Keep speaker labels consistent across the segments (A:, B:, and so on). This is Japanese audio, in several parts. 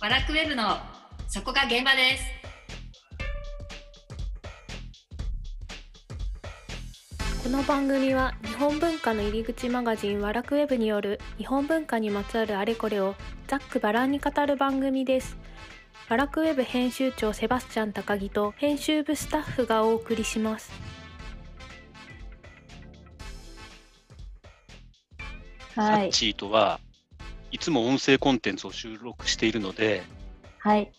A: バラクウェブのそこが現場です。
B: この番組は日本文化の入り口マガジンワラクウェブによる日本文化にまつわるあれこれをざっくばらんに語る番組です。ワラクウェブ編集長セバスチャン高木と編集部スタッフがお送りします。
C: サ
D: は
C: ッ
D: い。
C: チーとはいつも音声コンテンツを収録しているので、
D: はい。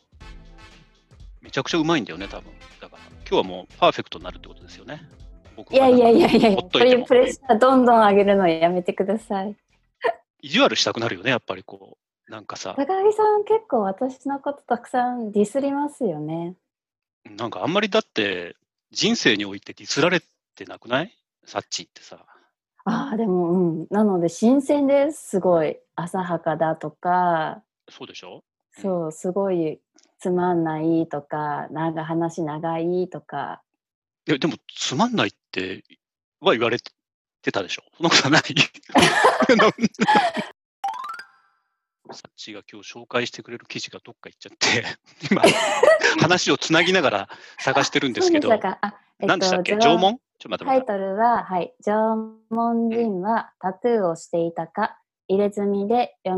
C: めちゃくちゃうまいんだよね、多分だから、今日はもうパーフェクトになるってことですよね。僕
D: いやいやいやいや
C: ほっ
D: こと
C: いて
D: れ
C: も
D: プレッシャーどんどん上げるのやめてください。
C: 意地悪したくなるよね、やっぱりこう、なんかさ
D: 高、木さん結構私のことたくさんディスりますよね。
C: なんかあんまりだって、人生においてディスられてなくないサッチーってさ。
D: ああ、でもうん。なので新鮮です。すごい。浅はかだとか、
C: そうでしょ
D: そう、すごいつまんないとか、なんか話長いとか。
C: いや、でも、つまんないっては言われてたでしょ。そんなことはない。サッチーが今日紹介してくれる記事がどっか行っちゃって、今、話をつなぎながら探してるんですけど、
D: そうしたかあ、えっと
C: 何でしたっけ
D: 縄
C: 縄文ちょっと待って待っ
D: タイ
C: て。
D: トルは、はい、縄文人はタトゥーをしていたか、入れ墨で蘇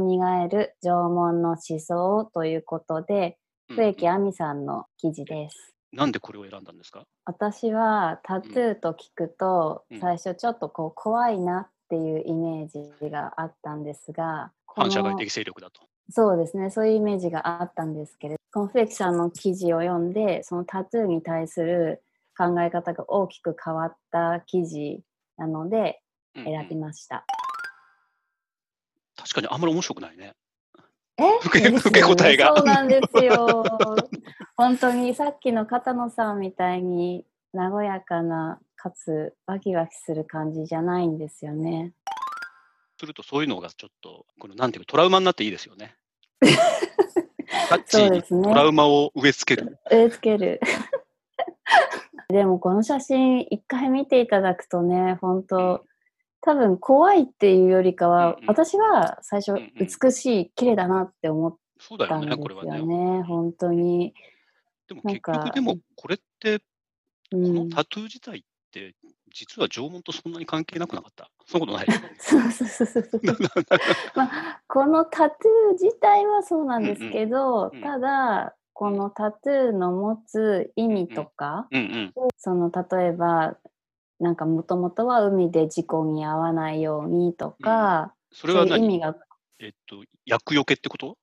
D: る縄文の思想ということで、
C: うん
D: 植木亜美さんの記事です。
C: なんでこれを選んだんですか
D: 私はタトゥーと聞くと、
C: うん
D: 最初ちょっとこう怖いなっていうイメージがあったんですが、こ
C: 反社会
D: の
C: 的勢力だと。
D: そうですね、そういうイメージがあったんですけれど、この植木さんの記事を読んで、そのタトゥーに対する考え方が大きく変わった記事なので
C: うんうん
D: 選びました。
C: 確かにあんまり面白くないね。
D: え
C: 受け
D: です
C: 受
D: よ
C: け答えが
D: そうなんです よ。本当にさっきの片野さんみたいに、和やかな、かつワキワキする感じじゃないんですよね。
C: すると、そういうのがちょっと、このなんていうか、トラウマになっていいですよ ね。サッチ
D: そう
C: ー
D: で
C: に
D: す
C: トラ
D: ね。
C: ウマを植え付ける。
D: 植え付ける。 でもこの写真一回見ていただくとね、本当多分怖いっていうよりかは、
C: うんうん
D: 私は最初
C: うんうん
D: 美しい、綺麗だなって思っ
C: そうだ
D: た
C: よ
D: んで
C: ね、
D: す
C: これはね
D: よ。ね、本当に。
C: でも
D: な
C: 結
D: んか
C: 局でもこれって
D: う
C: こ
D: ん
C: の、タトゥー自体って実は縄文とそんなに関係なくなかった。そんなことない。
D: そうそうそうそうそう。まあ、このタトゥー自体はそうなんですけど、
C: うんうん
D: ただこのタトゥーの持つ意味とか、
C: うん うん。
D: その例えばなんかもともとは海で事故に遭わないようにとか、
C: それ
D: そ
C: は
D: ういう意
C: 何
D: 味が
C: えっと、厄除けってこと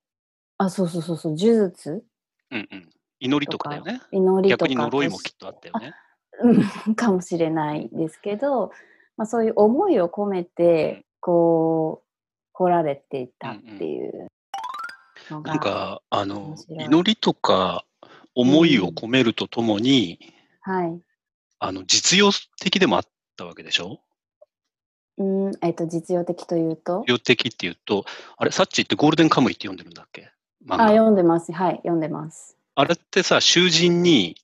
D: あそうそうそうそう呪術
C: うんうん。祈りとかだよね。
D: 祈りと
C: 逆
D: か
C: に呪いもきっとあったよね。
D: うん かもしれないですけど、まあ、そういう思いを込めてこう来られていたっていうのが、
C: なんか、あの
D: 面、白い
C: 祈りとか思いを込めるとともに、
D: はい、
C: あの、実用的でもあったわけでしょ
D: うんえっと実用的というと
C: 実用的っていうと、あれ、サッチってゴールデンカムイって読んでるんだっけ漫
D: あ、
C: 画
D: 読んでます。はい、読んでます。
C: あれってさ、囚人に、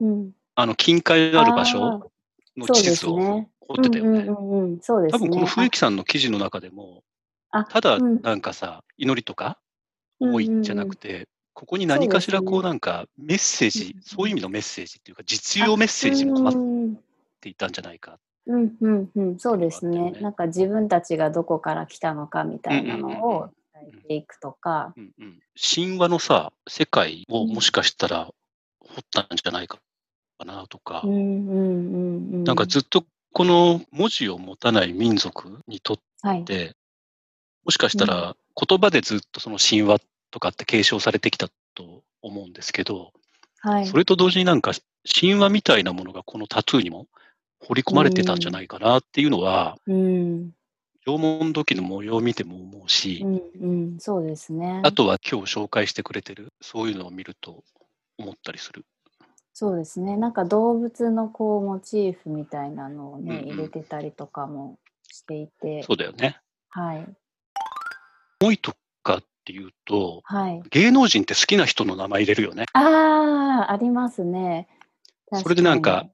D: うん。
C: あの、近海がある場
D: あ
C: 所の
D: そう
C: 地
D: で
C: 図
D: す
C: を
D: ね。
C: 掘ってたよね。
D: うんうんうんうん、そうです
C: 多
D: ね。
C: 分この笛木さんの記事の中でも、
D: あ
C: ただ
D: うん
C: なんかさ、祈りとか
D: あ
C: 多いんじゃなくて、ここに何かしらこ
D: そう
C: う
D: ですね
C: なんかメッセージ、
D: うんうん
C: そういう意味のメッセージっていうか、実用メッセージも
D: うん
C: 込ま
D: う
C: っ
D: ん
C: ていたんじゃないか。
D: うんうんうん、そうです
C: そうだ
D: ね
C: ったよね
D: なんか自分たちがどこから来たのかみたいな
C: うんうんうん
D: の
C: うん
D: を伝えていくとか、
C: うんうん、神話のさ、世界をもしかしたら掘ったんじゃないかなとか、
D: うんうんうんうん、
C: なんかずっとこの文字を持たない民族にとっ
D: はい、
C: て、もしかしたら言葉でずっとその神話とかって継承されてきたと思うんですけど、
D: はい、
C: それと同時になんか神話みたいなものがこのタトゥーにも彫り込まれてたんじゃないかなっていうのは、
D: うん
C: 縄文土器の模様を見ても思うし
D: う、んうん、そうですね
C: あとは今日紹介してくれてる、そういうのを見ると思ったりする。
D: そうですねなんか動物のこうモチーフみたいなのをね、
C: うんうん
D: 入れてたりとかもしていて
C: そうだよね。
D: はい
C: 思いとかっていうと、
D: はい
C: 芸能人って好きな人の名前入れるよね。
D: ああ、ありますね。
C: それでなんか
D: 確に、うん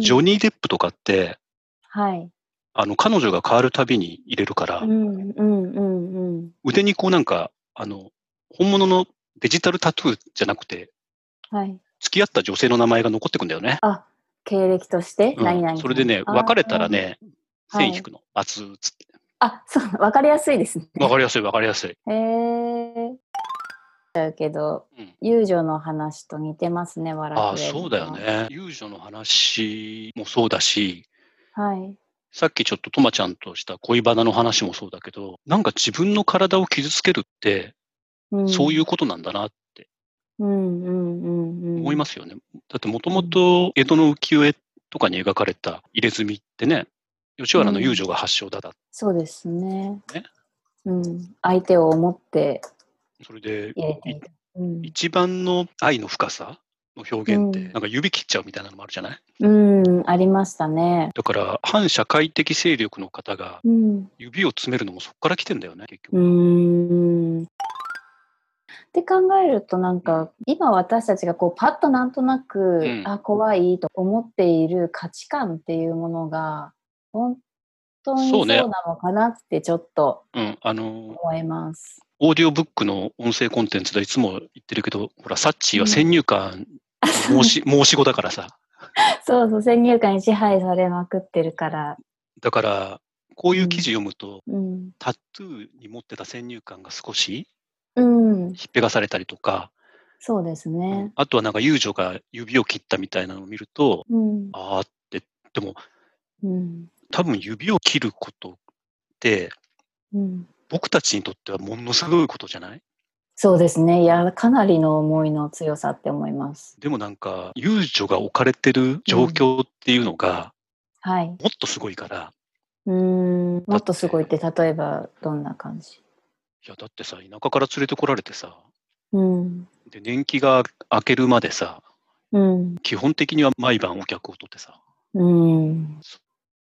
C: ジョニー・デップとかって、
D: はい。
C: あの、彼女が変わるたびに入れるから、
D: うんうんうんうん。
C: 腕にこうなんか、あの、本物のデジタルタトゥーじゃなくて、
D: はい。
C: 付き合った女性の名前が残ってくんだよね。
D: あ、経歴として、
C: うん
D: 何々。
C: それでね、
D: あ
C: 別れたらね、
D: はい
C: 線引くの。バツーつって。
D: あ、そう、わかりやすいですね。
C: わかりやすい、わかりやすい。
D: へえ。だけど、
C: うん
D: 友情の話と似てますね、笑
C: ああ、そうだよ。ね。遊女の話もそうだし、
D: はい。
C: さっきちょっととまちゃんとした恋バナの話もそうだけど、なんか自分の体を傷つけるって、
D: うん、。
C: そういううことなんだなって
D: うんうんうんうん。
C: 思いますよね。だってもともと江戸の浮世絵とかに描かれた入れ墨ってね、吉原の遊女が発祥だだ。
D: そうですね。
C: ね
D: うん。相手を思って
C: それで、
D: やりたいと。うん
C: 一番の愛の深さの表現って、
D: うん
C: なんか指切っちゃうみたいなのもあるじゃない
D: うん、ありましたね。
C: だから、反社会的勢力の方が
D: うん。
C: 指を詰めるのもそこから来てんだよね、結
D: う
C: 局。
D: ん。って考えるとなんか今私たちがこうパッとなんとなく、
C: うん
D: あ怖いと思っている価値観っていうものが本当に
C: そ
D: そうう
C: ね
D: なのかなってちょっと
C: うん、あの、
D: 思います。
C: オーディオブックの音声コンテンツでいつも言ってるけど、ほら、サッチーは先入 観、申し、申し子だからさ。
D: そうそう先入観に支配されまくってるから。
C: だから、こういう記事読むと、
D: うん。
C: タトゥーに持ってた先入観が少し
D: うん。
C: ひっぺがされたりとか、
D: そうですね。
C: あとはなんか遊女が指を切ったみたいなのを見ると、
D: うん。
C: あーって、でも
D: うん。
C: 多分指を切ることって、
D: うん。
C: 僕たちにとってはものすごいことじゃない
D: そうですね。いや、かなりの思いの強さって思います。
C: でもなんか、遊女が置かれてる状況っていうのが、
D: はい。
C: もっとすごいから、
D: うーんもっとすごいって例えばどんな感じ
C: いや、だってさ、田舎から連れてこられてさ、
D: うん
C: で、年季が明けるまでさ、
D: うん
C: 基本的には毎晩お客を取ってさ、
D: うん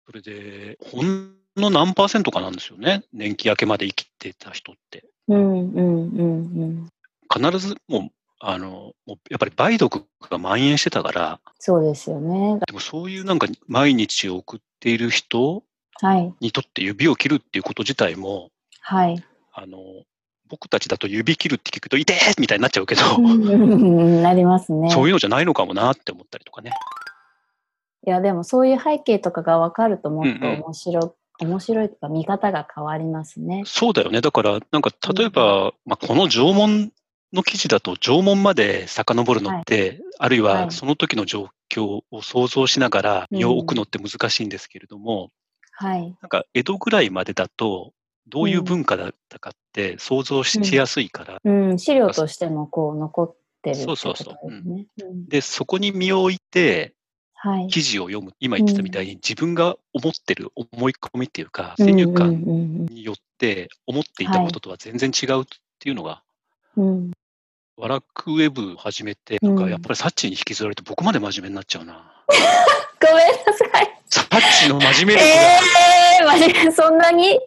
C: それで、ほんの何パーセントかなんですよね、年季明けまで生きてた人って。
D: うんうんうんうん
C: 必ずもう、あの、もうやっぱり梅毒が蔓延してたから、
D: そうですよね
C: でもそういうなんか毎日を送っている人
D: はい
C: にとって指を切るっていうこと自体も、
D: はい
C: あの、僕たちだと指切るって聞くと、痛えみたいになっちゃうけど、
D: うんうんうんなりますね
C: そういうのじゃないのかもなって思ったりとかね。
D: いやでもそういう背景とかが分かるともっと
C: うんうん
D: 面白い、面白いとか見方が変わりますね
C: そうだよね。だから、なんか、例えば、まあ、この縄文の記事だと、縄文まで遡るのって、あるい
D: は
C: はいその時の状況を想像しながら身を
D: うん
C: 置くのって難しいんですけれども、
D: はい
C: なんか、江戸ぐらいまでだと、どういう文化だったかって想像ししやすいから、
D: うん資料としてもこう残ってるって
C: そ
D: こ
C: うそ
D: と
C: う
D: です
C: そう
D: ねうん
C: で、そこに身を置いて、
D: はい
C: 記事を読む、今言ってたみたいに、自分が思ってる思い込みっていうか、
D: うん
C: 先入
D: う
C: 観
D: んうん
C: によって思っていたこととは全然違うっていうのが、
D: うん
C: ワラクウェブを始めて、なんかやっぱりサッチに引きずられて僕まで真面目になっちゃうな。
D: ごめんなさい
C: サッチの真面目
D: え
C: 力
D: えー、マジでそんなに
C: が、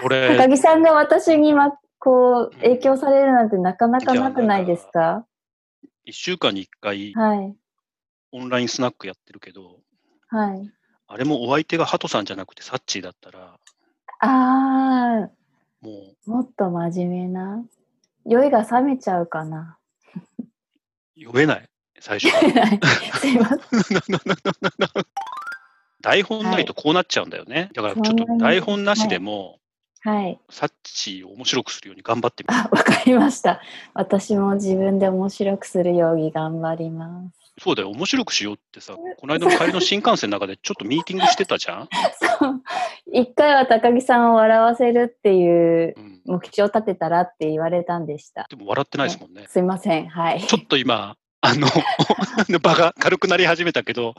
C: これ
D: 高、木さんが私に今、こう、影響されるなんてなかなかなくないですか
C: 1週間に1回
D: はい。
C: オンラインスナックやってるけど、
D: はい。
C: あれもお相手がハトさんじゃなくてサッチだったら、
D: あ
C: も
D: ー、もっと真面目な。酔いが冷めちゃうか な。
C: う酔えない、最 初から。
D: すいません。
C: 台本ないとこうなっちゃうんだよね。だからちょっと
D: そんなに
C: 台本なしでも、
D: はい。
C: サッチを面白くするように頑張ってみる。
D: あ、わかりました。私も自分で面白くするように頑張ります。
C: そうだよ、面白くしようってさ、この間の帰りの新幹線の中でちょっとミーティングしてたじゃん。
D: そう。一回は高木さんを笑わせるっていう
C: うん、
D: 目標を立てたらって言われたんでした。
C: でも笑ってないですもんね。
D: すいません。はい。
C: ちょっと今、あの、 場が軽くなり始めたけど、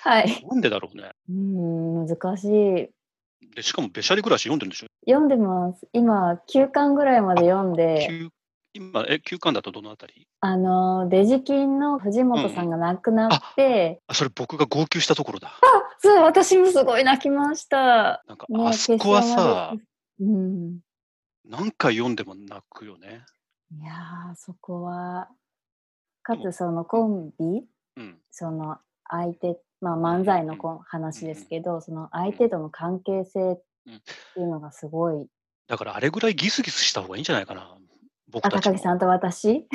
D: はい。
C: なんでだろうね。
D: うーん、難しい。
C: で、しかも、べしゃり暮らし読んでるんでしょ
D: 読んでます。今、9巻ぐらいまで読んで、
C: 旧今、え、休館だとどのあたり
D: あの、デジ金の藤本さんが亡くなって、
C: あ、それ僕が号泣したところだ。
D: そう、私もすごい泣きました。
C: なんか、
D: ね
C: あそこはさ、
D: うん。
C: 何回読んでも泣くよね。
D: いやー、そこは、か
C: でも
D: つそのコンビ、
C: うん。
D: その相手、まあ漫才のコン話ですけど、その相手との関係性っていうのがすごい、
C: だから、あれぐらいギスギスした方がいいんじゃないかな。僕
D: あ、
C: たち
D: 高
C: の
D: 木さんと私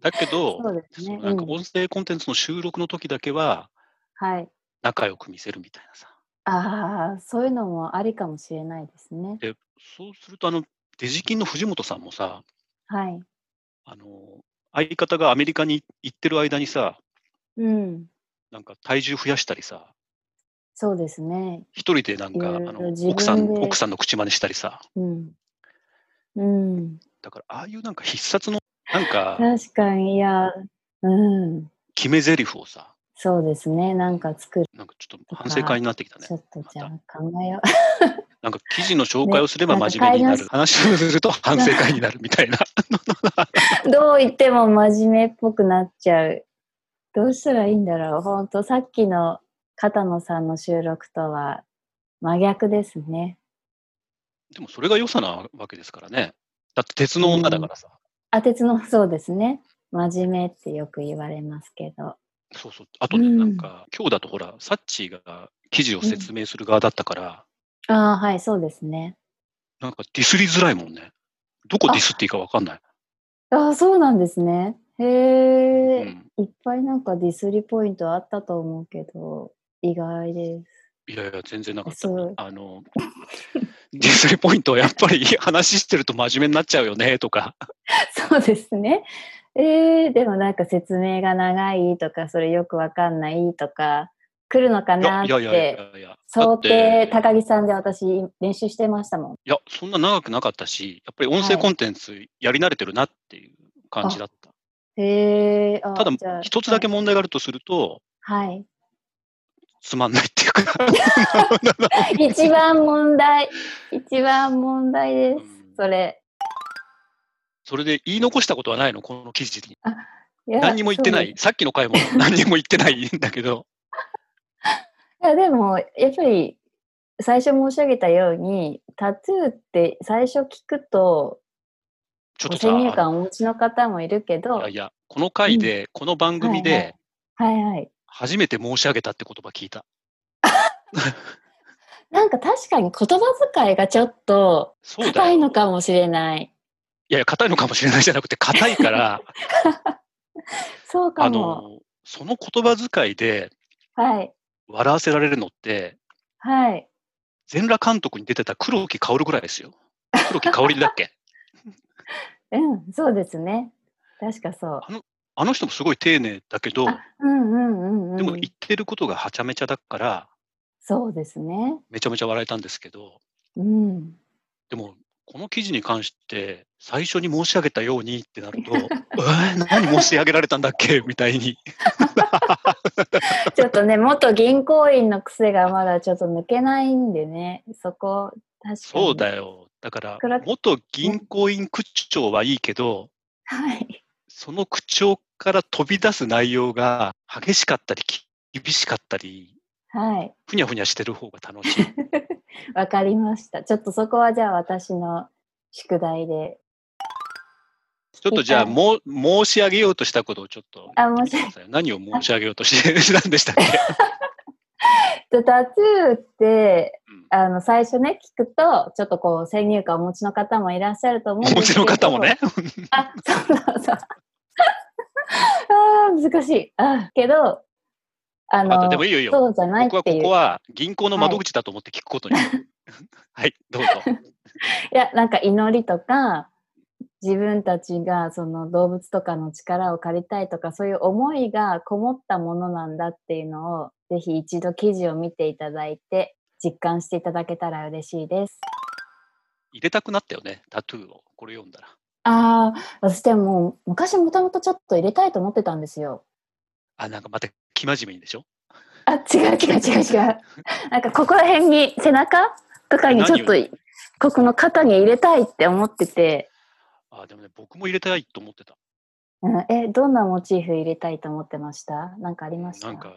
C: だけど、
D: そうですね。
C: なんか
D: うん
C: 音声コンテンツの収録の時だけは
D: はい。
C: 仲良く見せるみたいなさ。
D: ああ、そういうのもありかもしれないですね。
C: で、そうすると、あの、デジキンの藤本さんもさ、
D: はい。
C: あの、相方がアメリカに行ってる間にさ、
D: うん。
C: なんか体重増やしたりさ、
D: そうですね。
C: 一人でなんか、
D: い
C: あ
D: ろいろ
C: の
D: 自分
C: 奥さん、
D: で
C: 奥さんの口真似したりさ、
D: うん。うん。
C: だから、ああいうなんか必殺の、なん か、
D: 確かに、いや、うん。
C: 決め台詞をさ、
D: そうですね。なんか作る。
C: なんかちょっと反省会になってきたね
D: ち。ょっとじゃあ考えよ
C: なんか記事の紹介をすれば
D: ね
C: 真面目にな
D: なん
C: る。話をすると反省会になるみたいな。
D: う。どう言っても真面目っぽくなっちゃう。どうしたらいいんだろう。ほんと、さっきの片野さんの収録とは真逆ですね。
C: でもそれが良さなわけですからね。だって鉄の女だからさ。
D: あ、鉄の、そうですね。真面目ってよく言われますけど。
C: そうそう。あとね、
D: うん
C: なんか、今日だとほら、サッチーが記事を説明する側だったから、
D: ああ、はい、そうですね。
C: なんかディスりづらいもんね。どこディスっていいかわかんない。
D: ああ、そうなんですね。へえ、
C: うん
D: いっぱいなんかディスりポイントあったと思うけど、意外です。
C: いやいや、全然なかった
D: そう。
C: あの、ディスりポイントはやっぱり話してると真面目になっちゃうよね、とか。
D: そうですね。えー、でもなんか説明が長いとか、それよくわかんないとか、来るのか
C: いや
D: なっ
C: いやいやい
D: て、
C: やいや。
D: 想定、
C: だって
D: 高木さんで私練習してました
C: い
D: もん。
C: や、そんな長くなかったし、やっぱり音
D: は
C: 声
D: い
C: コンテンツやり慣れてるなっていう感じだった。
D: へえー、あ
C: ただ
D: じゃあ、
C: 一つだけ問題があるとすると、
D: はい。
C: つまんないっていうか、
D: 一番問題、一番問題で
C: うん
D: す。それ。
C: それで言い残したことはないの、この記事に。
D: いや
C: 何にも言ってな
D: そう
C: い。さっきの回 も何にも言ってないんだけど、
D: いやでもやっぱり最初申し上げたようにタトゥーって最初聞くと
C: ちょっ
D: ご
C: とさ、
D: 先入
C: あ
D: 観をお持ちの方もいるけど
C: のいやいや、この回で、この番組
D: はいは
C: で、
D: はいはい
C: 初めて申し上げたって言葉聞いた。
D: なんか確かに言葉遣いがちょっと
C: そうだ
D: 硬
C: よ。
D: い
C: い
D: のかもしれない
C: やいや、硬いのかもしれないじゃなくて、硬いから、
D: そう
C: あ
D: かも
C: の、その言葉遣いで
D: はい
C: 笑わせられるのって、
D: はい
C: 全裸監督に出てた黒木薫ぐらいですよ。黒木薫だっ け
D: うんそうですね確かそう
C: あの人もすごい丁寧だけど、
D: あうんうんうん
C: で
D: う
C: も
D: ん
C: 言ってることがはちゃめちゃだから、
D: そうですね
C: めちゃめちゃ笑えたんですけど、
D: うん
C: でも、この記事に関して、最初に申し上げたようにってなる と、えー、何申し上げられたんだっけみたいに。
D: ちょっとね 元銀行員の癖がまだちょっと抜けないんでねそこ確かに
C: そうだよ。だから
D: 黒、木
C: 元銀行員区長はいいけど、
D: はい
C: その区長から飛び出す内容が激しかったり、厳しかったり、
D: はい
C: ふにゃふにゃしてる方が楽しい。
D: わかりました。ちょっとそこはじゃあ私の宿題で。
C: ちょっとじゃあ、
D: 理
C: もう、申し上げようとしたことをちょっと
D: あ
C: 言ってみてください。何を申し上げようとしてしたんでした っけ、
D: でタトゥーって
C: うん
D: あの最初ね聞くとちょっとこう先入観をお持ちの方もいらっしゃると思うん
C: お
D: で
C: 持
D: す
C: ち
D: けど。
C: の方もね。
D: あ、そうそうそう。あー難しい。あーけどあ
C: あ
D: の
C: とでもいいよいいよ。
D: そうじゃないっ
C: 僕は
D: てい
C: こ
D: う。
C: こは銀行の窓口だと思って聞くことに。 はい、どうぞ。
D: いやなんか祈りとか自分たちがその動物とかの力を借りたいとかそういう思いがこもったものなんだっていうのをぜひ一度記事を見ていただいて実感していただけたら嬉しいです。
C: 入れたくなったよね、タトゥーを。これ読んだら。
D: ああ私でも昔もともとちょっと入れたいと思ってたんですよ。
C: あ、なんかまた、生真面目にでしょ
D: あ違う違う違う違う。なんかここら辺に背中とかにちょっと
C: 何
D: ここの肩に入れたいって思ってて、
C: あ、でもね、僕も入れたいと思ってた。
D: うん、えどんなモチーフ入れたいと思ってましたなんかありました
C: なんか、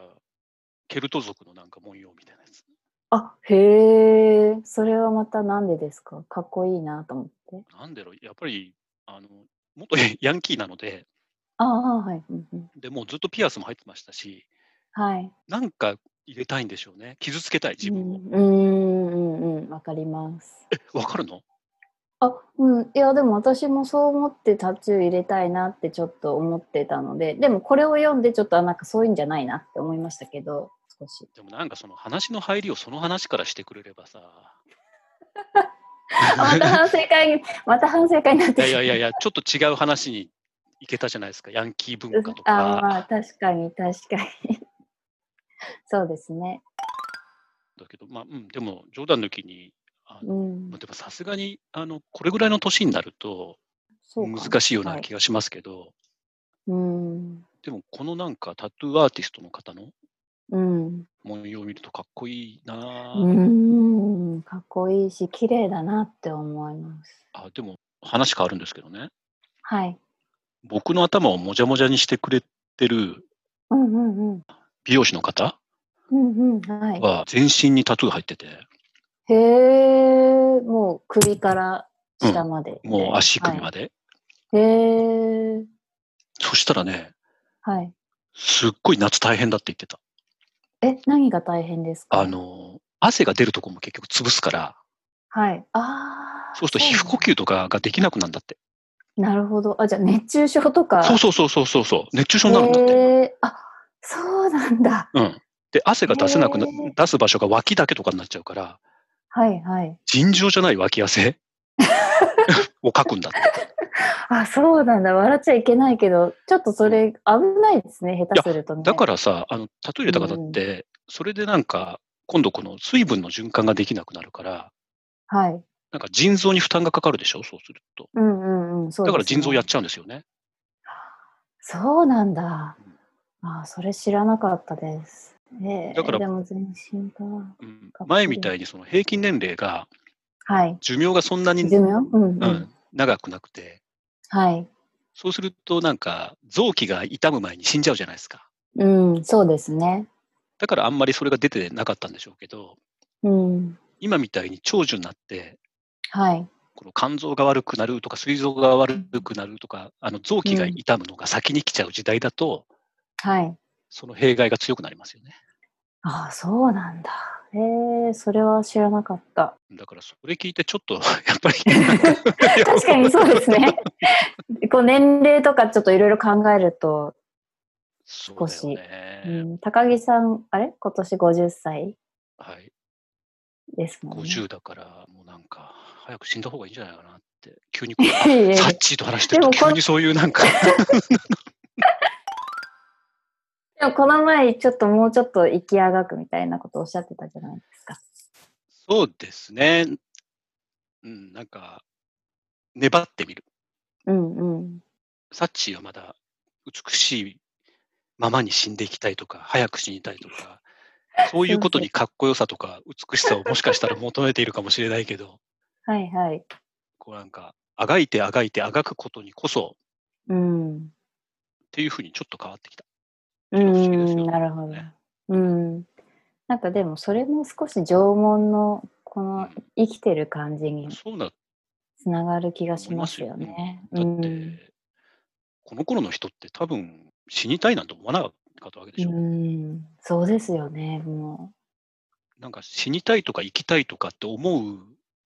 C: ケルト族のなんか文様みたいなやつ。
D: あ、へえ、それはまたなんでですかかっこいいなと思って。
C: なんだろう、やっぱり、あの、元ヤンキーなので、
D: ああ、はい。うんうん
C: でもうずっとピアスも入ってましたし、
D: はい。
C: なんか入れたいんでしょうね。傷つけたい自分を。
D: うん、うん、うんうん、わかります。
C: わかるの
D: あ、うん。いや、でも私もそう思ってタトゥー入れたいなってちょっと思ってたので、でもこれを読んでちょっと、あ、なんかそういうんじゃないなって思いましたけど、少し。
C: でもなんかその話の入りをその話からしてくれれば さ。
D: あ、また反省会に、また反省会になっ
C: い
D: て
C: や
D: し
C: いや
D: まう
C: いやいや、ちょっと違う話に行けたじゃないですか。ヤンキー文化と
D: あ、まあ、
C: か。
D: 確かに、確かに。そうですね。
C: だけど、まあ、うん、でも冗談抜きに、あ
D: う
C: の
D: ん
C: まあ。でもさすがに、あの、これぐらいの年になると
D: そうかな
C: 難しいよう
D: は
C: な気がしますけど、
D: うん。
C: でもこのなんかタトゥーアーティストの方の
D: うん。
C: 文様を見るとかっこいいなぁ、
D: うん。かっこいいし、綺麗だなって思います。
C: あ、でも話変わるんですけどね。
D: はい。
C: 僕の頭をもじゃもじゃにしてくれてる
D: うんうんうん。
C: 美容師の方
D: うんうん。はい。
C: は全身にタトゥー入ってて、
D: へえ、もう首から下まで。
C: もう足首まで。
D: で。へえ、
C: そしたらね、
D: はい。
C: すっごい夏大変だって言ってた。
D: え、何が大変ですか
C: あ、の、汗が出るとこも結局潰すから、
D: はい。ああ。
C: そうすると皮膚呼
D: 吸。
C: 吸とかができなくなるんだって。
D: なるほど。あ、じゃあ熱中症とか。
C: そうそうそうそうそうそう、熱中症になるんだって。
D: へえ、あ、そうなんだ。
C: うん。で、汗が出せなくな、
D: へー
C: 出す場所が脇だけとかになっちゃうから、
D: はいはい。
C: 尋常じゃない脇 汗をかくんだって。
D: あ、そうなんだ。笑っちゃいけないけど、ちょっとそれ危ないですね。下手するとね。。
C: だかららさ、あの、タトゥー入れた方って、それでなんか、今度この水分の循環ができなくなるから、
D: はい。
C: なんか腎臓に負担がかかるでしょそうすると。
D: うんうんうん。そう
C: だ
D: ですね
C: から腎臓やっちゃうんですよね。
D: そうなんだ。あ、それ知らなかったです。ええ
C: だから
D: でも全身か。
C: うん
D: かっこいい
C: 前みたいにその平均年齢が、
D: はい。
C: 寿命がそんなに、
D: 寿命うん、うん、
C: うん、長くなくて、
D: はい。
C: そうするとなんか臓器が痛む前に死んじゃうじゃないですか。
D: うん、そうですね。
C: だからあんまりそれが出てなかったんでしょうけど、
D: うん。
C: 今みたいに長寿になって、
D: はい。
C: この肝臓が悪くなるとか、膵臓が悪くなるとか、あの臓器が痛むのが先に来ちゃう時代だと、
D: はい。
C: その弊害が強くなりますよね。
D: ああ、そうなんだ。ええそれは知らなかった。
C: だからそれ聞いてちょっとやっぱりなんか
D: 確かにそうで すね。こう年齢とかちょっといろいろ考えると、
C: そうだよ
D: う
C: ね。
D: ん、高木さん、あれ今年50歳
C: はい。
D: ですもんね。
C: 50だから、もうなんか、早く死んだ方がいいんじゃないかなって、急にこ う、
D: いやいやいや
C: サッチーと話してると
D: でもこ
C: 急にそういうなんか、
D: でもこの前、ちょっともうちょっと生きあがくみたいなことをおっしゃってたじゃないですか。
C: そうですね。うん、なんか、粘ってみる。
D: うんうん。
C: サッチーはまだ美しいままに死んでいきたいとか、早く死にたいとか、そういうことにかっこよさとか美しさをもしかしたら求めているかもしれないけど、
D: はいはい。
C: こうなんか、あがいてあがいてあがくことにこそ
D: うん。
C: っていうふうにちょっと変わってきた。
D: う
C: 不思議ですよね
D: ん、なるほど
C: ね。
D: うん。なんかでもそれも少し縄文のこの生きてる感じに
C: そうだと
D: つながる気が
C: 思
D: し
C: いま
D: ますす
C: よ
D: よ
C: ね
D: ね。。
C: だ
D: う
C: っ
D: ん。
C: て、この頃の人って多分死にたいなんて思わなかったわけでしょ。
D: うん、そうですよね、も
C: なんか死にたいとか生きたいとかって思う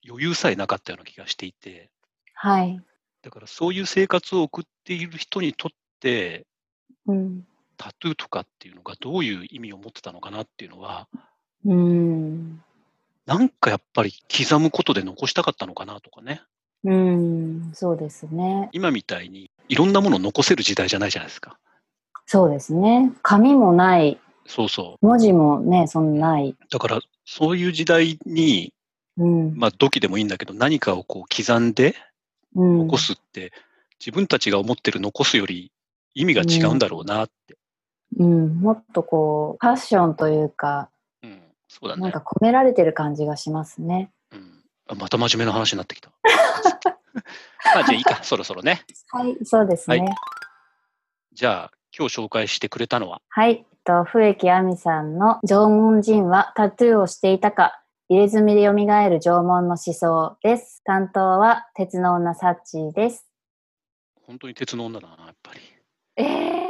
C: 余裕さえなかったような気がしていて、
D: う。はい。
C: だからそういう生活を送っている人にとって、
D: うん。
C: タトゥーとかっていうのがどういう意味を持ってたのかなっていうのは、
D: うん。
C: なんかやっぱり刻むことで残したかったのかなとかね。
D: うん、そうですね。
C: 今みたいにいろんなものを残せる時代じゃないじゃないですか。
D: そうですね。紙もない、
C: そうそ
D: 文字もね、そんなない。
C: う。だからそういう時代に、
D: うん。
C: まあ土器でもいいんだけど何かをこう刻んで
D: うん、
C: 残すって、自分たちが思ってる残すより意味が違うんだろうなって。
D: うん、もっとこう、パッションというか、
C: うん、そうだね。
D: なんか込められてる感じがしますね。
C: うんあまた真面目な話になって きた。まあじゃあいいか、そろそろね。
D: はい、そうですね。
C: じゃあ今日紹介してくれたのは、
D: はい、えっと、笛木亜美さんの縄文人はタトゥーをしていたか、入れ墨で蘇る縄文の思想です。担当は鉄の女サッチーです。
C: 本当に鉄の女だな、やっぱり。
D: ええ